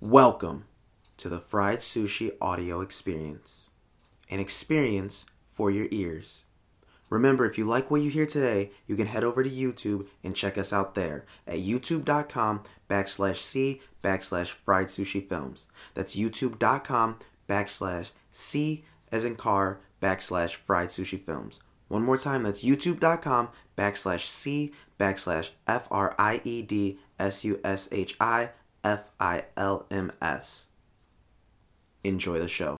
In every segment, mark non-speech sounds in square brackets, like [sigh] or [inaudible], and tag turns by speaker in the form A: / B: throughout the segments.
A: Welcome to the Fried Sushi Audio Experience, an experience for your ears. Remember, if you like what you hear today, you can head over to YouTube and check us out there at youtube.com backslash C backslash fried sushi films. That's youtube.com backslash C as in car backslash fried sushi films. One more time, that's youtube.com backslash C backslash F R I E D S U S H I F I L M S. Enjoy the show.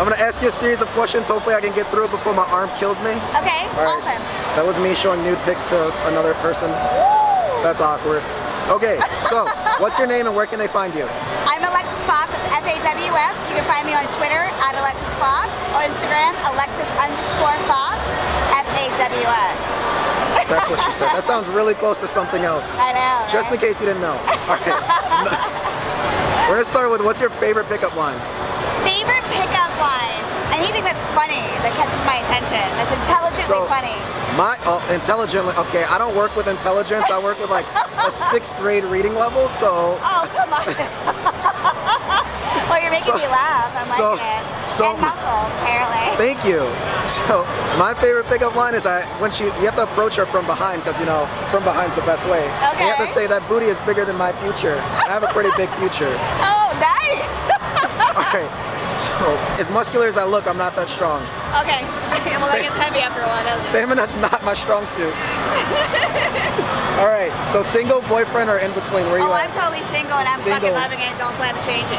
A: I'm gonna ask you a series of questions. Hopefully, I can get through it before my arm kills me.
B: Okay,
A: All right.
B: awesome.
A: That was me showing nude pics to another person. That's awkward. Okay,
B: [laughs]
A: so what's your name and where can they find you?
B: I'm Alexis Fox. It's F A W X. You can find me on Twitter at Alexis Fox or Instagram Alexis underscore Fox F A W X.
A: That's what she said. That sounds really close to something else.
B: I know,
A: Just in
B: right?
A: case you didn't know. All right.
B: [laughs]
A: We're gonna start with what's your favorite pickup line?
B: Favorite pickup line? Anything that's funny that catches my attention. That's intelligently
A: So-
B: funny.
A: My oh, intelligently. Okay, I don't work with intelligence. I work with like
B: [laughs]
A: a sixth grade reading level. So
B: Oh come on. [laughs] well, you're making
A: So-
B: me laugh. I'm
A: so-
B: liking it.
A: so-
B: and muscles apparently.
A: Thank you. [laughs] So my favorite pickup line is I when she you have to approach her from behind because you know from behind's the best way. And You have to say
B: Okay.
A: that booty is bigger than my future. And I have a pretty big
B: [laughs]
A: future.
B: Oh nice. [laughs]
A: All right. So as muscular as I look, I'm not that strong.
B: okay. I'm
A: Stay-
B: like it's heavy after a while. doesn't it?
A: Stamina's not my strong
B: [laughs]
A: suit. All right. So single, boyfriend, or in between? Where you
B: Oh, I'm
A: at?
B: totally single and I'm
A: Single.
B: fucking loving it. Don't plan to change it.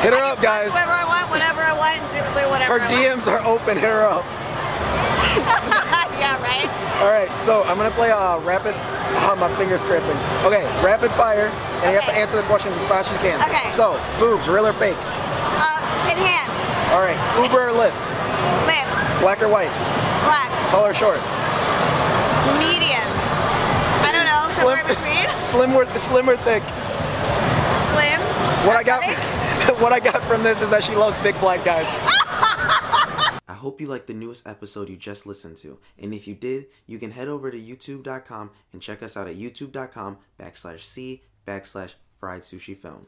A: Hit her up, guys.
B: Whatever I want, whenever I want, and do, do whatever
A: Her
B: I want.
A: DMs are open. Hit her up.
B: yeah, right?
A: All right. So I'm gonna play a rapid. Ah, my fingers cramping. Okay, rapid fire, and you have to
B: Okay.
A: answer the questions as fast as you can.
B: Okay.
A: So boobs, real or fake?
B: Uh, enhanced,
A: All right, Uber or Lyft?
B: lift,
A: Black or white?
B: black,
A: Tall or short?
B: medium. I don't know, somewhere
A: Slim.
B: between.
A: Slim or slim or thick?
B: Slim.
A: What I got,
B: athletic.
A: [laughs] what I got from this is that she loves big black guys.
C: I hope you liked the newest episode you just listened to. And if you did, you can head over to youtube.com and check us out at youtube.com backslash C backslash fried sushi film.